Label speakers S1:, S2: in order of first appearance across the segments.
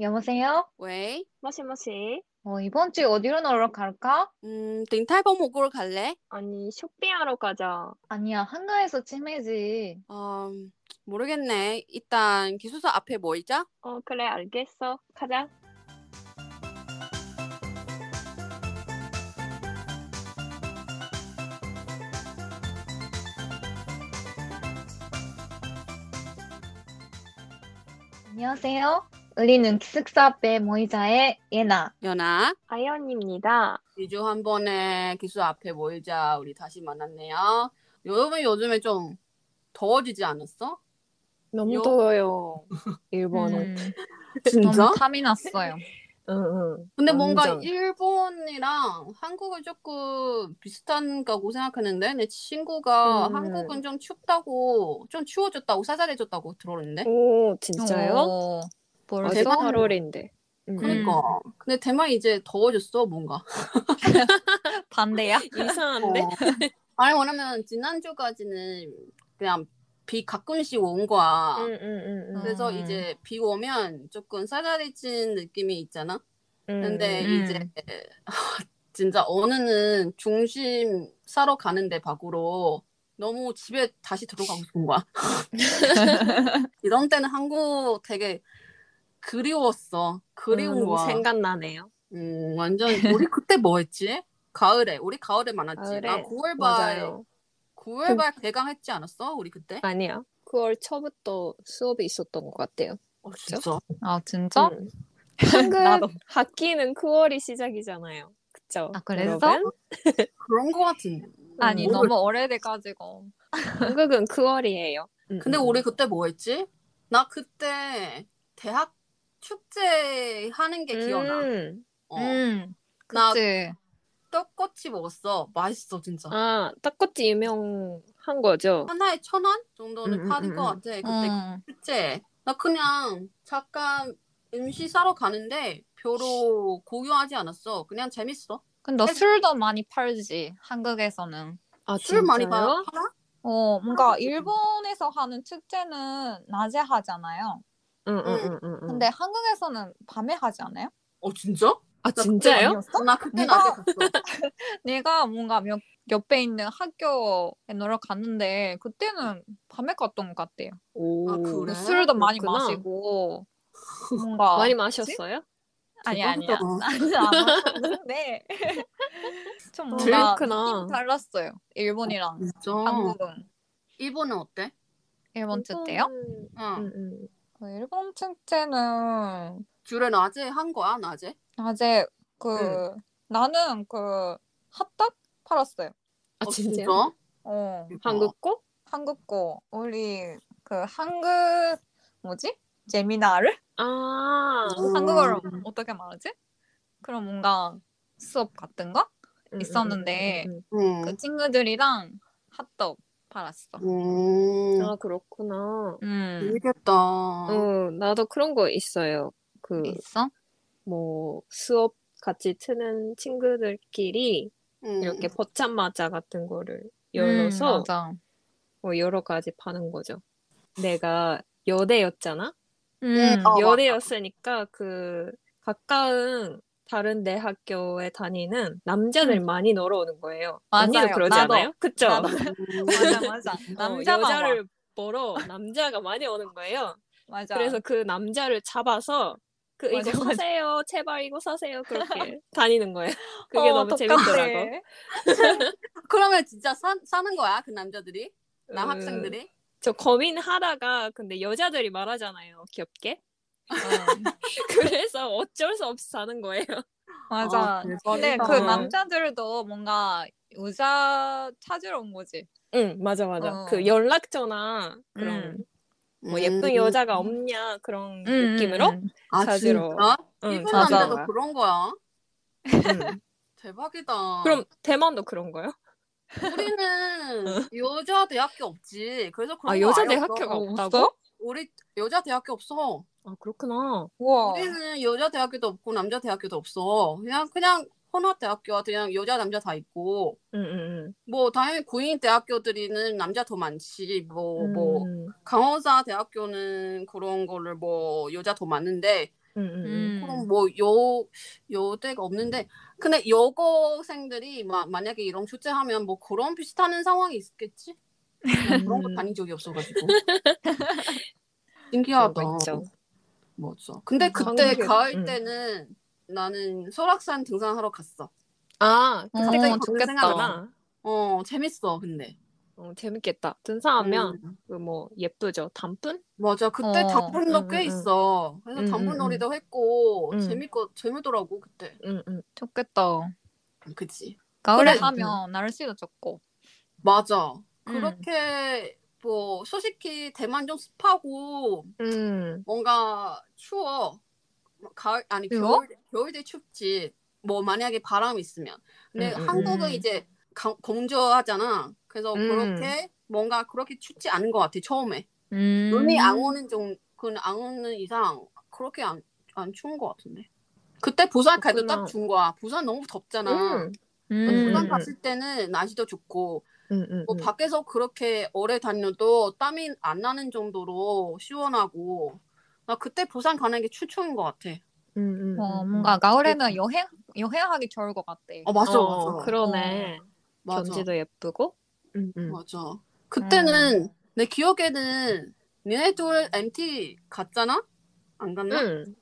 S1: 여보세요?
S2: 왜?
S3: 머시머시.
S1: 어, 이번 주에 어디로 놀러 갈까?
S2: 음, 링탈버 목으로 갈래?
S3: 아니, 쇼핑하러 가자.
S1: 아니야, 한가해서 치매지.
S2: 어, 모르겠네. 일단 기숙사 앞에 모이자.
S3: 어, 그래, 알겠어. 가자.
S1: 안녕하세요. 우리는 기숙사 앞에 모이자의 예나.
S2: 연아,
S3: 아이언입니다.
S2: 2주 한 번에 기숙사 앞에 모이자. 우리 다시 만났네요. 여러분 요즘에 좀 더워지지 않았어?
S4: 너무
S2: 요-
S4: 더워요. 일본은.
S1: 음, 너무 탐이 났어요.
S4: 응, 응.
S2: 근데 뭔가
S4: 완전.
S2: 일본이랑 한국은 조금 비슷한가고 생각했는데 내 친구가
S4: 음.
S2: 한국은 좀 춥다고 좀 추워졌다고 사살해졌다고
S4: 음.
S2: 들었는데
S4: 오, 진짜요?
S1: 어, 벌써?
S4: 벌써
S2: 대박.
S4: 8월인데. 음.
S2: 그러니까 근데 대만 이제 더워졌어 뭔가
S1: 반대야?
S4: 이상한데?
S2: 어. 아니 왜냐면 지난주까지는 그냥 비 가끔씩 온 거야.
S4: 응, 응, 응.
S2: 그래서
S1: 음.
S2: 이제 비 오면 조금 싸다리진 느낌이 있잖아. 근데
S1: 음.
S2: 이제 진짜 어느는 중심 사러 가는데 밖으로 너무 집에 다시 들어가고 싶은 거야. 이런 때는 한국 되게 그리웠어. 그리운 거야.
S4: 음, 생각나네요.
S2: 음, 완전 우리 그때 뭐 했지? 가을에 우리 가을에 만났지. 나
S4: 가을에.
S2: 9월 말
S4: 맞아요.
S2: 9월 말 개강했지 않았어? 우리 그때?
S4: 아니야. 9월 초부터 수업이 있었던 것 같아요.
S2: 어,
S1: 아, 진짜?
S4: 음. 한국
S1: 나도.
S4: 학기는 9월이 시작이잖아요. 그쵸?
S1: 아, 그래서?
S4: 여러분?
S2: 그런 거 같은데.
S1: 아니,
S2: 음.
S1: 너무 오래돼가지고.
S4: 한국은 9월이에요.
S2: 근데
S4: 음.
S2: 우리 그때 뭐 했지? 나 그때 대학 축제 하는 게
S4: 음,
S2: 기억나. 어.
S1: 음,
S2: 나
S1: 그치.
S2: 떡꼬치 먹었어. 맛있어 진짜.
S4: 아, 떡꼬치 유명한 거죠?
S2: 하나에 천 원 정도는
S4: 음,
S2: 파는
S4: 음,
S2: 것
S4: 음.
S2: 같아. 그때
S1: 음.
S2: 축제. 나 그냥 잠깐 음식 사러 가는데 별로 고유하지 않았어. 그냥 재밌어.
S1: 근데 너 술도 많이 팔지, 한국에서는.
S4: 아,
S2: 술 많이
S4: 진짜요?
S2: 봐. 팔아?
S1: 어, 뭔가 일본에서 하는 축제는 낮에 하잖아요.
S4: 응, 응, 응, 응, 응.
S1: 음. 근데 한국에서는 밤에 하지 않아요?
S2: 어 진짜? 나
S4: 아,
S2: 그때
S4: 진짜요?
S1: 아니었어?
S2: 나 그때
S1: 누가?
S2: 낮에 갔어.
S1: 내가 뭔가 몇, 옆에 있는 학교에 놀러 갔는데 그때는 밤에 갔던 것 같아요.
S4: 오. 네,
S2: 아, 그래? 아,
S1: 술도 많이
S4: 그렇구나.
S1: 마시고 아, 뭔가
S4: 많이 마셨어요?
S1: 아니 아니야
S2: 대박이다.
S1: 나는 안 마셨는데 좀
S4: 어,
S1: 뭔가
S4: 그렇구나.
S1: 느낌이 달랐어요. 일본이랑
S2: 진짜.
S1: 한국은
S2: 일본은 어때?
S1: 일본 축제요?
S4: 음,
S2: 응.
S4: 음, 음.
S1: 어, 일본 축제는
S2: 주로 낮에 한 거야 낮에?
S1: 낮에 그 나는 그 핫떡 팔았어요.
S4: 아,
S2: 어,
S4: 진짜요?
S1: 어
S4: 한국 거?
S1: 한국 거 우리 그 한국 뭐지 재미나를
S4: 아,
S2: 음.
S1: 한국어로 어떻게 말하지? 그런 뭔가 수업 같은 거?
S4: 음,
S1: 있었는데.
S4: 음, 음,
S2: 응.
S1: 그 친구들이랑 핫도그 팔았어.
S2: 음.
S4: 음. 아, 그렇구나.
S1: 음.
S2: 재밌겠다.
S4: 어, 나도 그런 거 있어요. 그,
S1: 있어?
S4: 뭐, 수업 같이 트는 친구들끼리
S2: 음.
S4: 이렇게 버참마자 같은 거를
S1: 음,
S4: 열어서
S1: 맞아.
S4: 뭐 여러 가지 파는 거죠. 내가 여대였잖아?
S1: 음.
S2: 어,
S4: 여대였으니까 그 가까운 다른 대 학교에 다니는 남자들 많이 놀러 오는 거예요.
S1: 맞아요.
S4: 언니도 그러지
S1: 나도.
S4: 않아요? 그쵸?
S1: 나도.
S2: 음.
S1: 맞아 맞아.
S4: 어,
S1: 남자
S4: 여자를 보러 남자가 많이 오는 거예요.
S1: 맞아.
S4: 그래서 그 남자를 잡아서 그
S1: 맞아,
S4: 이거
S1: 맞아.
S4: 사세요. 제발 이거 사세요. 그렇게 다니는 거예요. 그게
S1: 어,
S4: 너무 재밌더라고.
S2: 그러면 진짜 사, 사는 거야 그 남자들이? 남
S4: 음,
S2: 학생들이?
S4: 저 고민하다가 근데 여자들이 말하잖아요. 귀엽게. 어.
S1: 응.
S4: 그래서 어쩔 수 없이 사는 거예요.
S1: 어, 맞아.
S2: 아, 대박이다.
S1: 근데 그 남자들도 뭔가 여자 찾으러 온 거지.
S4: 응, 맞아, 맞아.
S1: 어.
S4: 그 연락처나 그런
S1: 음.
S4: 뭐 예쁜 여자가 없냐 그런 느낌으로.
S1: 음,
S2: 음. 아
S4: 찾으러.
S2: 진짜?
S4: 응,
S2: 일본
S1: 찾아와.
S2: 남자도 그런 거야?
S4: 음.
S2: 대박이다.
S4: 그럼 대만도 그런 거요?
S2: 우리는 여자 대학교 없지. 그래서 그런
S4: 아
S2: 거
S4: 여자
S2: 아예 없어.
S4: 대학교가
S1: 어,
S4: 없다고?
S1: 없어?
S2: 우리 여자 대학교 없어.
S4: 아 그렇구나.
S1: 우와.
S2: 우리는 여자 대학교도 없고 남자 대학교도 없어. 그냥 그냥 혼합 대학교와 그냥 여자 남자 다 있고.
S4: 응응응. 음,
S2: 뭐 당연히 고인 대학교들이는 남자 더 많지. 뭐
S4: 음,
S2: 뭐 강원사 대학교는 그런 거를 뭐 여자 더 많은데
S4: 음.
S2: 그럼 뭐요 요대가 없는데 근데 여고생들이 막 만약에 이런 축제 하면 뭐 그런 비슷한 상황이 있겠지? 나 그런 거 다닌 적이 없어가지고 신기하다.
S4: 그런 거 있죠.
S2: 맞아. 근데 그때
S4: 한국에-
S2: 가을
S4: 음.
S2: 때는 나는 설악산 등산하러 갔어.
S4: 아,
S1: 어,
S4: 갑자기
S2: 갑자기
S4: 바뀌었구나.
S2: 어 재밌어 근데.
S4: 어, 재밌겠다. 등산하면
S2: 음.
S4: 그 뭐 예쁘죠. 단풍?
S2: 맞아 그때
S1: 어,
S2: 단풍도
S4: 음, 음,
S2: 꽤
S4: 음.
S2: 있어. 그래서
S4: 음, 음,
S2: 단풍놀이도 했고
S4: 음.
S2: 재밌고 재밌더라고 그때.
S4: 응, 응.
S1: 좋겠다.
S2: 그치.
S1: 가을에
S2: 그래.
S1: 하면 날씨도 좋고.
S2: 맞아.
S1: 음.
S2: 그렇게 뭐 솔직히 대만 좀 습하고
S4: 음.
S2: 뭔가 추워 뭐 가을 아니
S1: 추워?
S2: 겨울 겨울에 춥지 뭐 만약에 바람이 있으면 근데
S4: 음, 음,
S2: 한국은
S1: 음.
S2: 이제 가- 건조하잖아 그래서
S4: 음.
S2: 그렇게 뭔가 그렇게 춥지 않은 것 같아 처음에
S1: 음.
S2: 눈이 안 오는 좀그안 오는 이상 그렇게 안, 안 추운 것 같은데 그때 부산 갈 때 딱
S4: 그렇구나.
S2: 추운 거야 부산 너무 덥잖아
S4: 음.
S1: 음.
S2: 부산
S4: 음.
S2: 갔을 때는 날씨도 좋고
S4: 음, 음,
S2: 뭐
S4: 음.
S2: 밖에서 그렇게 오래 다녀도 땀이 안 나는 정도로 시원하고 나 그때 부산 가는 게 추천인 것 같아.
S4: 음, 음,
S1: 어,
S4: 음.
S1: 뭔가 가을에는 여행 여행하기 좋을 것 같대.
S2: 어 맞아
S4: 어,
S2: 맞아
S4: 그러네.
S2: 맞아
S4: 경지도 예쁘고. 음, 음.
S2: 맞아. 그때는 내 기억에는 니네 둘 MT 갔잖아? 안 갔나?
S4: 음.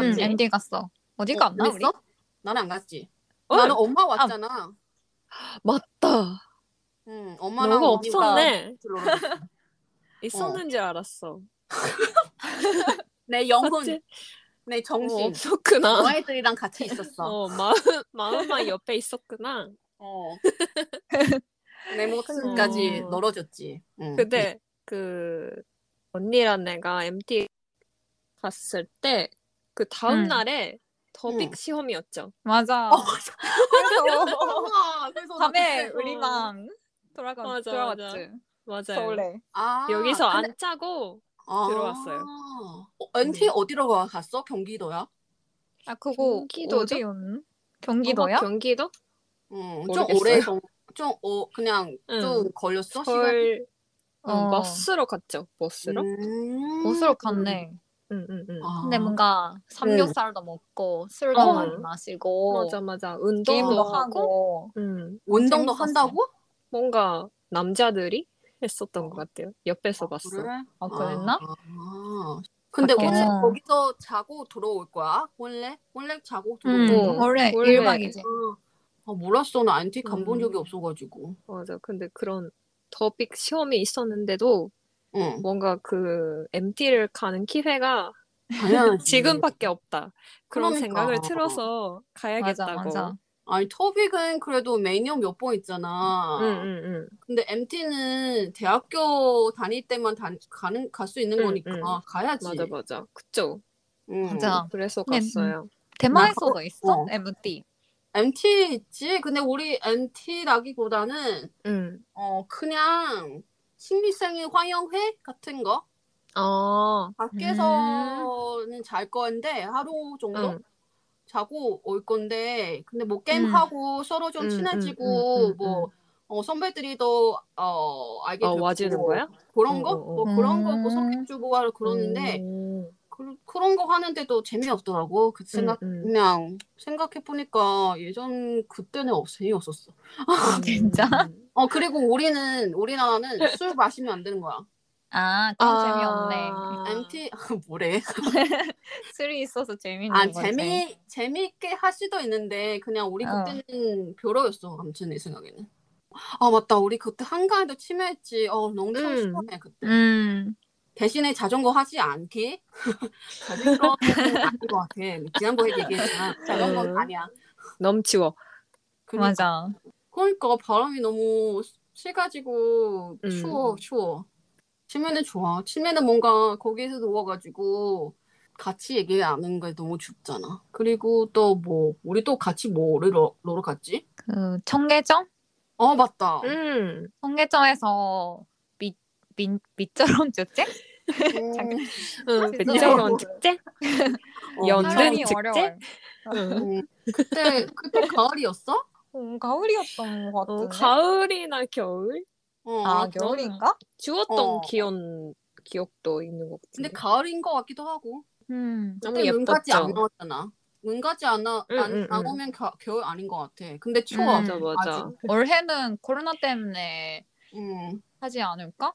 S1: 응,
S4: 같이.
S1: MD 갔어. 어디
S2: 어,
S1: 갔나
S2: 안
S1: 우리?
S2: 갔어? 나는 안 갔지.
S4: 어,
S2: 나는 엄마 왔잖아.
S4: 맞다.
S2: 응 엄마랑
S4: 너가
S2: 아, 언니가
S4: 없었네.
S2: 놀러 갔어.
S4: 있었는 줄 알았어.
S2: 내 영혼,
S4: 같이-
S2: 내
S4: 어,
S2: 정신.
S4: 없었구나.
S2: 너희들이랑 같이 있었어.
S4: 어, 마음, 마음만 옆에 있었구나.
S2: 어. 내 목숨까지
S4: 어.
S2: 널어졌지. 응.
S4: 근데 그 언니랑 내가 MT 갔을 때 그 다음
S1: 음.
S4: 날에 더빅
S2: 음.
S4: 시험이었죠.
S1: 맞아. 어.
S2: 어,
S1: 그래서
S2: 아, 그래서 나
S1: 밤에
S2: 그때-
S1: 우리만 돌아가
S4: 맞아,
S1: 돌아왔지.
S4: 맞아요.
S2: 아,
S4: 여기서
S2: 근데-
S4: 안 짜고
S2: 아.
S4: 들어왔어요.
S2: 어, NT 어디로 가- 갔어? 경기도야?
S1: 아 그거
S4: 경기도죠?
S1: 어디였나? 경기도야?
S4: 어, 경기도?
S2: 음, 좀
S4: 모르겠어요.
S2: 오래 좀, 좀 어, 그냥
S4: 응.
S2: 좀 걸렸어 시간.
S4: 헐. 어,
S1: 어.
S4: 버스로 갔죠. 버스로?
S2: 음.
S1: 옷으로 갔네. 음.
S4: 응, 응, 응.
S2: 아.
S1: 근데 뭔가 삼겹살도 먹고 술도
S2: 어.
S1: 많이 마시고
S4: 맞아, 맞아. 운동도
S1: 게임도
S4: 하고.
S1: 하고
S4: 음,
S2: 운동도
S1: 재밌었어.
S2: 한다고?
S4: 뭔가 남자들이 했었던 것 같아요. 옆에서 봤어.
S2: 그래?
S1: 아 그랬나?
S2: 아, 아. 근데
S4: 밖에서.
S2: 원래 거기서 자고 들어올 거야? 원래? 원래 자고
S1: 음,
S2: 들어올 거야?
S1: 원래
S4: 원래.
S1: 1박이지.
S2: 아, 몰랐어. 나 NT 간본
S4: 어. 음.
S2: 적이 없어가지고.
S4: 맞아. 근데 그런 더빅 시험이 있었는데도
S2: 응.
S4: 뭔가 그 MT를 가는 기회가
S2: 당연하지.
S4: 지금밖에 없다. 그런
S2: 그러니까.
S4: 생각을 틀어서 가야겠다고.
S1: 맞아 맞아.
S2: 아니 터빅은 그래도 매년 몇 번 있잖아.
S4: 응, 응, 응.
S2: 근데 MT는 대학교 다닐 때만 다, 가는 갈 수 있는
S4: 응,
S2: 거니까
S4: 응.
S2: 가야지.
S4: 음,
S2: 음.
S4: 맞아, 맞아. 그쵸?
S2: 응.
S1: 맞아.
S4: 그래서
S1: 네,
S4: 갔어요.
S1: 대만에서도 있어?
S2: 어.
S1: MD.
S2: MT 있지. 근데 우리 MT라기보다는
S4: 응.
S2: 어 그냥 신입생의 환영회 같은 거
S4: 아,
S2: 밖에서는 잘 건데 하루 정도
S4: 음. 응.
S2: 자고 올 건데 근데 뭐 게임
S1: 음.
S2: 하고 서로 좀
S4: 음,
S2: 친해지고
S4: 음, 음, 음,
S2: 뭐
S4: 음.
S2: 어, 선배들이도 어 알게
S4: 어,
S2: 되고
S4: 와주는 거야?
S2: 그런 거?
S4: 어, 어,
S2: 뭐
S4: 어.
S2: 그런 거뭐
S1: 음.
S2: 소개해주고 하러 그러는데
S4: 음,
S2: 그, 그런 거 하는데도 재미없더라고 그 생각
S4: 음.
S2: 그냥 생각해 보니까 예전 그때는 없 재미없었어
S4: 음.
S1: 진짜?
S2: 어 그리고 우리는 우리나라는 술 마시면 안 되는 거야
S1: 아, 그건
S4: 아,
S1: 재미없네.
S2: MT 뭐래
S1: 술이 있어서 재밌는
S2: 아
S1: 거지.
S2: 재미 재미있게 할 수도 있는데 그냥 우리
S1: 어.
S2: 그때는 별로였어 아무튼 내 생각에는 아 맞다 우리 그때 한강에도 치매했지 어 너무 참
S4: 음.
S2: 시원해 그때
S1: 음.
S2: 대신에 자전거 하지 않기 자전거는 아닌 것 같아 지난번에 얘기했잖아 자전거는
S4: 음.
S2: 아니야
S4: 넘치워.
S2: 그러니까,
S1: 맞아.
S2: 그러니까 바람이 너무 세가지고
S4: 음.
S2: 추워 추워 치매는 좋아 치매는 뭔가 거기에서 누워가지고 같이 얘기하는 게 너무 춥잖아 그리고 또 뭐 우리 또 같이 뭐를 놀러 갔지?
S1: 그 청계정?
S2: 어 맞다
S4: 음.
S1: 청계정에서 밑, 밑, 밑처럼 주제?
S2: 음,
S4: 음,
S1: 진짜.
S4: 배짱원 축제?
S2: 어,
S4: 연-
S2: 맞아.
S1: 사람이
S4: 언제는 축제?
S1: 어려워요.
S2: 그때 그때 가을이었어?
S1: 음, 가을이었던 것
S4: 어,
S1: 같은데.
S4: 가을이나 겨울?
S2: 어,
S1: 아, 겨울인가?
S4: 주웠던
S2: 어.
S4: 기억, 기억도 있는 것 같은데.
S2: 근데 가을인 것 같기도 하고
S1: 음.
S4: 너무
S2: 그때 문까지 안
S4: 예뻤죠. 음,
S2: 나왔잖아. 문까지 안, 나,
S4: 응,
S2: 안
S4: 응, 응.
S2: 나오면 겨, 겨울 아닌 것 같아. 근데 추워.
S1: 음.
S4: 맞아 맞아.
S2: 아직.
S1: 올해는 코로나 때문에
S2: 음,
S1: 하지 않을까?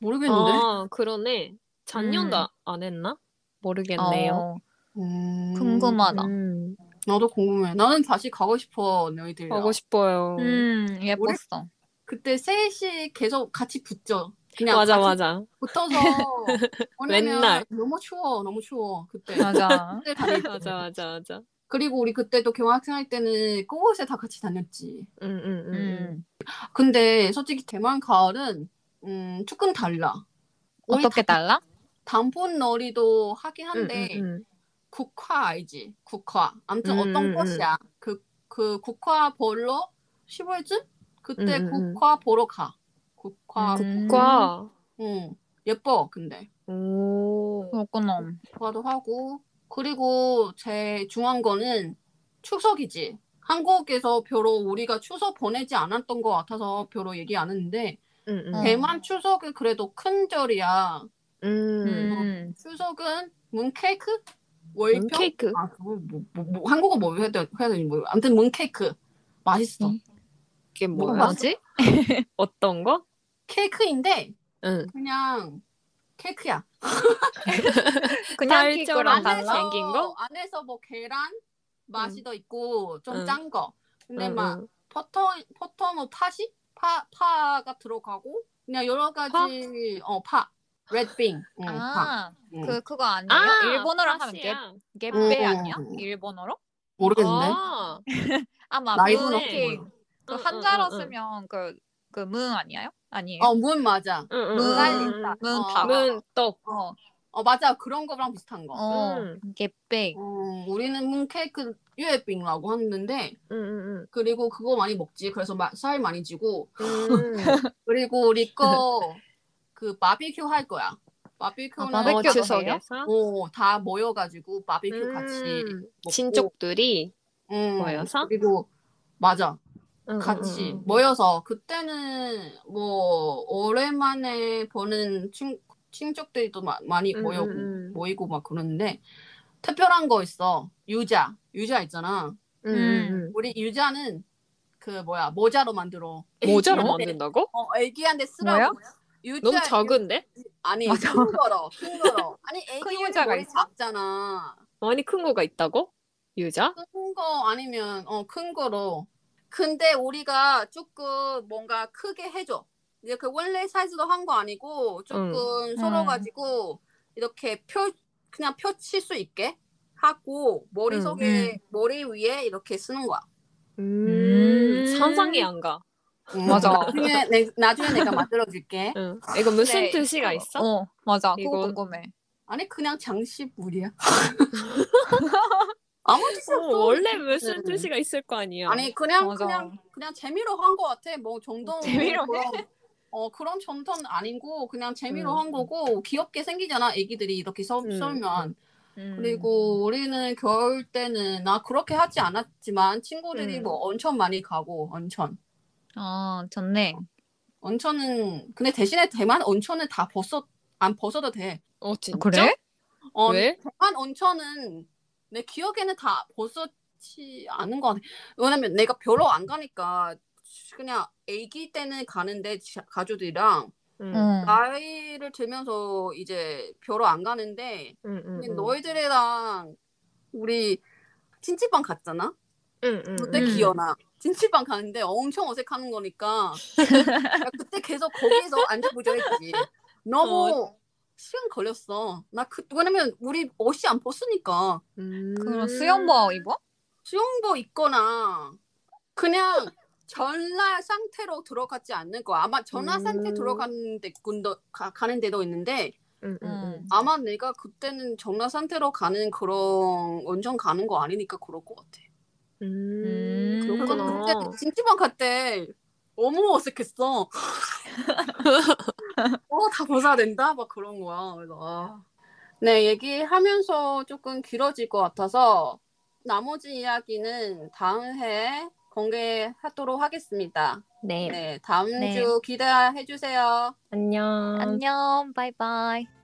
S2: 모르겠는데.
S4: 아 그러네. 작년도
S1: 음.
S4: 안 했나? 모르겠네요.
S1: 어,
S2: 음,
S1: 궁금하다.
S4: 음,
S2: 나도 궁금해. 나는 다시 가고 싶어 너희들.
S4: 가고 싶어요.
S1: 음, 예뻤어.
S2: 그때 셋이 계속 같이 붙죠. 그냥
S4: 맞아
S2: 같이
S4: 맞아.
S2: 붙어서 왜냐면
S4: 맨날.
S2: 너무 추워 너무 추워 그때
S1: 맞아.
S2: 그때 다닐 때.
S4: 맞아 맞아 맞아.
S2: 그리고 우리 그때 또 경학생 할 때는 꽃에 다 같이 다녔지
S4: 음, 음, 음, 음.
S1: 음.
S2: 근데 솔직히 대만 가을은 음 조금 달라 우리
S1: 어떻게
S2: 다-
S1: 달라?
S2: 단풍놀이도 하긴
S4: 음, 음,
S2: 한데
S4: 음.
S2: 국화 알지 국화 아무튼
S4: 음,
S2: 어떤
S4: 음,
S2: 꽃이야 그, 그 국화 보러 15일쯤 그때
S4: 음, 음, 음.
S2: 국화 보러 가 국화
S1: 음.
S4: 과.
S2: 응 예뻐 근데
S4: 오.
S1: 그렇구나.
S2: 화도 하고 그리고 제 중요한 거는 추석이지. 한국에서 별로 우리가 추석 보내지 않았던 것 같아서 별로 얘기 안 했는데
S4: 음, 음.
S1: 어.
S2: 대만 추석은 그래도 큰 절이야.
S4: 음.
S1: 음.
S2: 추석은 문케이크? 월평?
S4: 음. 케이크.
S2: 아 그거 뭐, 뭐, 뭐 한국어 뭐 해야 돼? 해야 되지 뭐. 아무튼 문케이크 맛있어.
S1: 음.
S4: 이게
S2: 뭐가
S4: 어, 뭐야?
S1: 뭐지?
S4: 어떤 거?
S2: 케이크인데
S4: 응.
S2: 그냥 케이크야.
S1: 그냥
S4: 달죠,
S1: 키거랑
S4: 라면.
S1: 달라?
S4: 생긴 거? 음.
S2: 안에서 뭐 계란 맛이 더 있고 좀
S4: 응.
S2: 짠 거. 근데 막
S4: 응,
S2: 버터 버터노 팥이 파 파가 들어가고 그냥 여러 가지 어파 레드빙 응, 파 음.
S1: 아,
S2: 어, 응.
S1: 그 그거 아니에요?
S4: 아,
S1: 일본어랑 하면 게,
S4: 팥이야.
S1: 게빼
S2: 음.
S1: 아니야? 일본어로?
S2: 모르겠는데
S4: 아,
S1: 아마
S2: 나이도
S4: 그거네.
S1: 그렇게
S2: 높고
S1: 그
S4: 응,
S1: 한자로
S4: 응, 응, 응.
S1: 쓰면 그그문 아니에요? 아니에요?
S2: 어문 맞아
S4: 응, 응,
S1: 문,
S4: 응, 응.
S1: 문
S2: 어.
S1: 다.
S4: 문 떡.
S1: 어,
S2: 어 맞아 그런 거랑 비슷한 거
S1: 어,
S4: 음.
S1: 게빼.
S2: 어, 우리는 문 케이크 유에빙이라고 하는데
S4: 응, 응,
S2: 그리고 그거 많이 먹지 그래서 마, 살 많이 지고
S4: 응. 음.
S2: 그리고 우리 거그 바비큐 할 거야 바비큐는
S1: 아, 바비큐.
S4: 어, 추석에서.
S2: 어, 다 모여가지고 바비큐 같이
S4: 음,
S2: 먹고.
S4: 친족들이
S2: 음,
S4: 모여서? 음,
S2: 그리고 맞아
S4: 응, 응,
S2: 같이
S4: 응,
S2: 모여서 그때는 뭐 오랜만에 보는 친, 친척들이 또 마- 많이
S4: 응,
S2: 모여,
S4: 응,
S2: 모이고 막 그러는데 특별한 거 있어 유자 유자 있잖아
S4: 응, 응,
S2: 우리 유자는 그 뭐야 모자로 만들어
S4: 응. 음. 모자로
S2: 애기한테-
S4: 만든다고?
S2: 어 애기한테 쓰라고 유자
S4: 너무 작은데?
S2: 아니
S1: 맞아.
S2: 큰 거로 큰 거로 아니
S1: 큰 유자가
S2: 애기 유자가 머리
S1: 있어?
S2: 작잖아
S4: 많이 큰 거가 있다고? 유자?
S2: 큰 거 아니면 어 큰 거로. 근데 우리가 조금 뭔가 크게 해줘. 이제 그 원래 사이즈로 한 거 아니고 조금 썰어 가지고 이렇게 펴 그냥 펴칠 수 있게 하고 머리
S4: 응,
S2: 속에 머리 위에 이렇게 쓰는 거야.
S4: 음,
S1: 음.
S4: 상상이 안 가.
S2: 음,
S1: 맞아.
S2: 나중에 내, 나중에 내가 만들어 줄게.
S4: 응. 이거 무슨
S1: 네,
S4: 뜻이가
S1: 이거-
S4: 있어?
S1: 어, 맞아. 그거
S4: 이건-
S1: 궁금해.
S2: 아니 그냥 장식물이야. 아무 짓
S4: 어,
S2: 없어.
S4: 원래 무슨
S2: 음.
S4: 뜻이가 있을 거 아니야.
S2: 아니 그냥
S1: 맞아.
S2: 그냥 그냥 재미로 한 거 같아. 뭐 정돈
S1: 재미로
S2: 그런, 어 그런 정돈 아니고 그냥 재미로
S4: 음.
S2: 한 거고 귀엽게 생기잖아. 애기들이 이렇게 썰-
S4: 음.
S2: 썰면
S1: 음.
S2: 그리고 우리는 겨울 때는 나 그렇게 하지 않았지만 친구들이
S4: 음.
S2: 뭐 온천 많이 가고 온천
S1: 아, 좋네.
S2: 온천은 근데 대신에 대만 온천은 다 벗어 안 벗어도 돼.
S4: 어, 진짜?
S1: 그래?
S2: 어,
S4: 왜?
S2: 대만 온천은 내 기억에는 다 벗었지 않은 것 같아. 왜냐면 내가 별로 안 가니까 그냥 아기 때는 가는데 지- 가족들이랑
S1: 음.
S4: 응,
S1: 응.
S2: 나이를 들면서 이제 별로 안 가는데
S4: 응, 응,
S1: 음.
S2: 근데
S4: 응.
S2: 너희들이랑 우리 찜질방 갔잖아.
S4: 응, 응,
S2: 그때
S1: 음.
S4: 응.
S2: 기어나 찜질방 가는데 엄청 어색하는 거니까 나 그때 계속 거기서 앉아보자 했지. 너무
S1: 어.
S2: 시간 걸렸어. 나 그, 왜냐면 우리 옷이 안 벗으니까.
S4: 음.
S1: 그럼 수영복 입어?
S2: 수영복 입거나 그냥 전라 상태로 들어가지 않는 거야. 아마 전라
S4: 음.
S2: 상태 들어가는 데 군도 가, 가는 데도 있는데
S4: 응, 응, 응.
S2: 아마 내가 그때는 전라 상태로 가는 그런 원정 가는 거 아니니까 그럴 것 같아.
S4: 음,
S1: 음.
S4: 그렇구나.
S2: 그때 찜질방 갔대 너무 어색했어. 어다 벗어야 된다 막 그런 거야. 그래서 아. 네 얘기하면서 조금 길어질 것 같아서 나머지 이야기는 다음 해에 공개하도록 하겠습니다.
S4: 네,
S2: 네 다음
S1: 네.
S2: 주 기대해 주세요.
S4: 안녕.
S1: 안녕, 바이바이.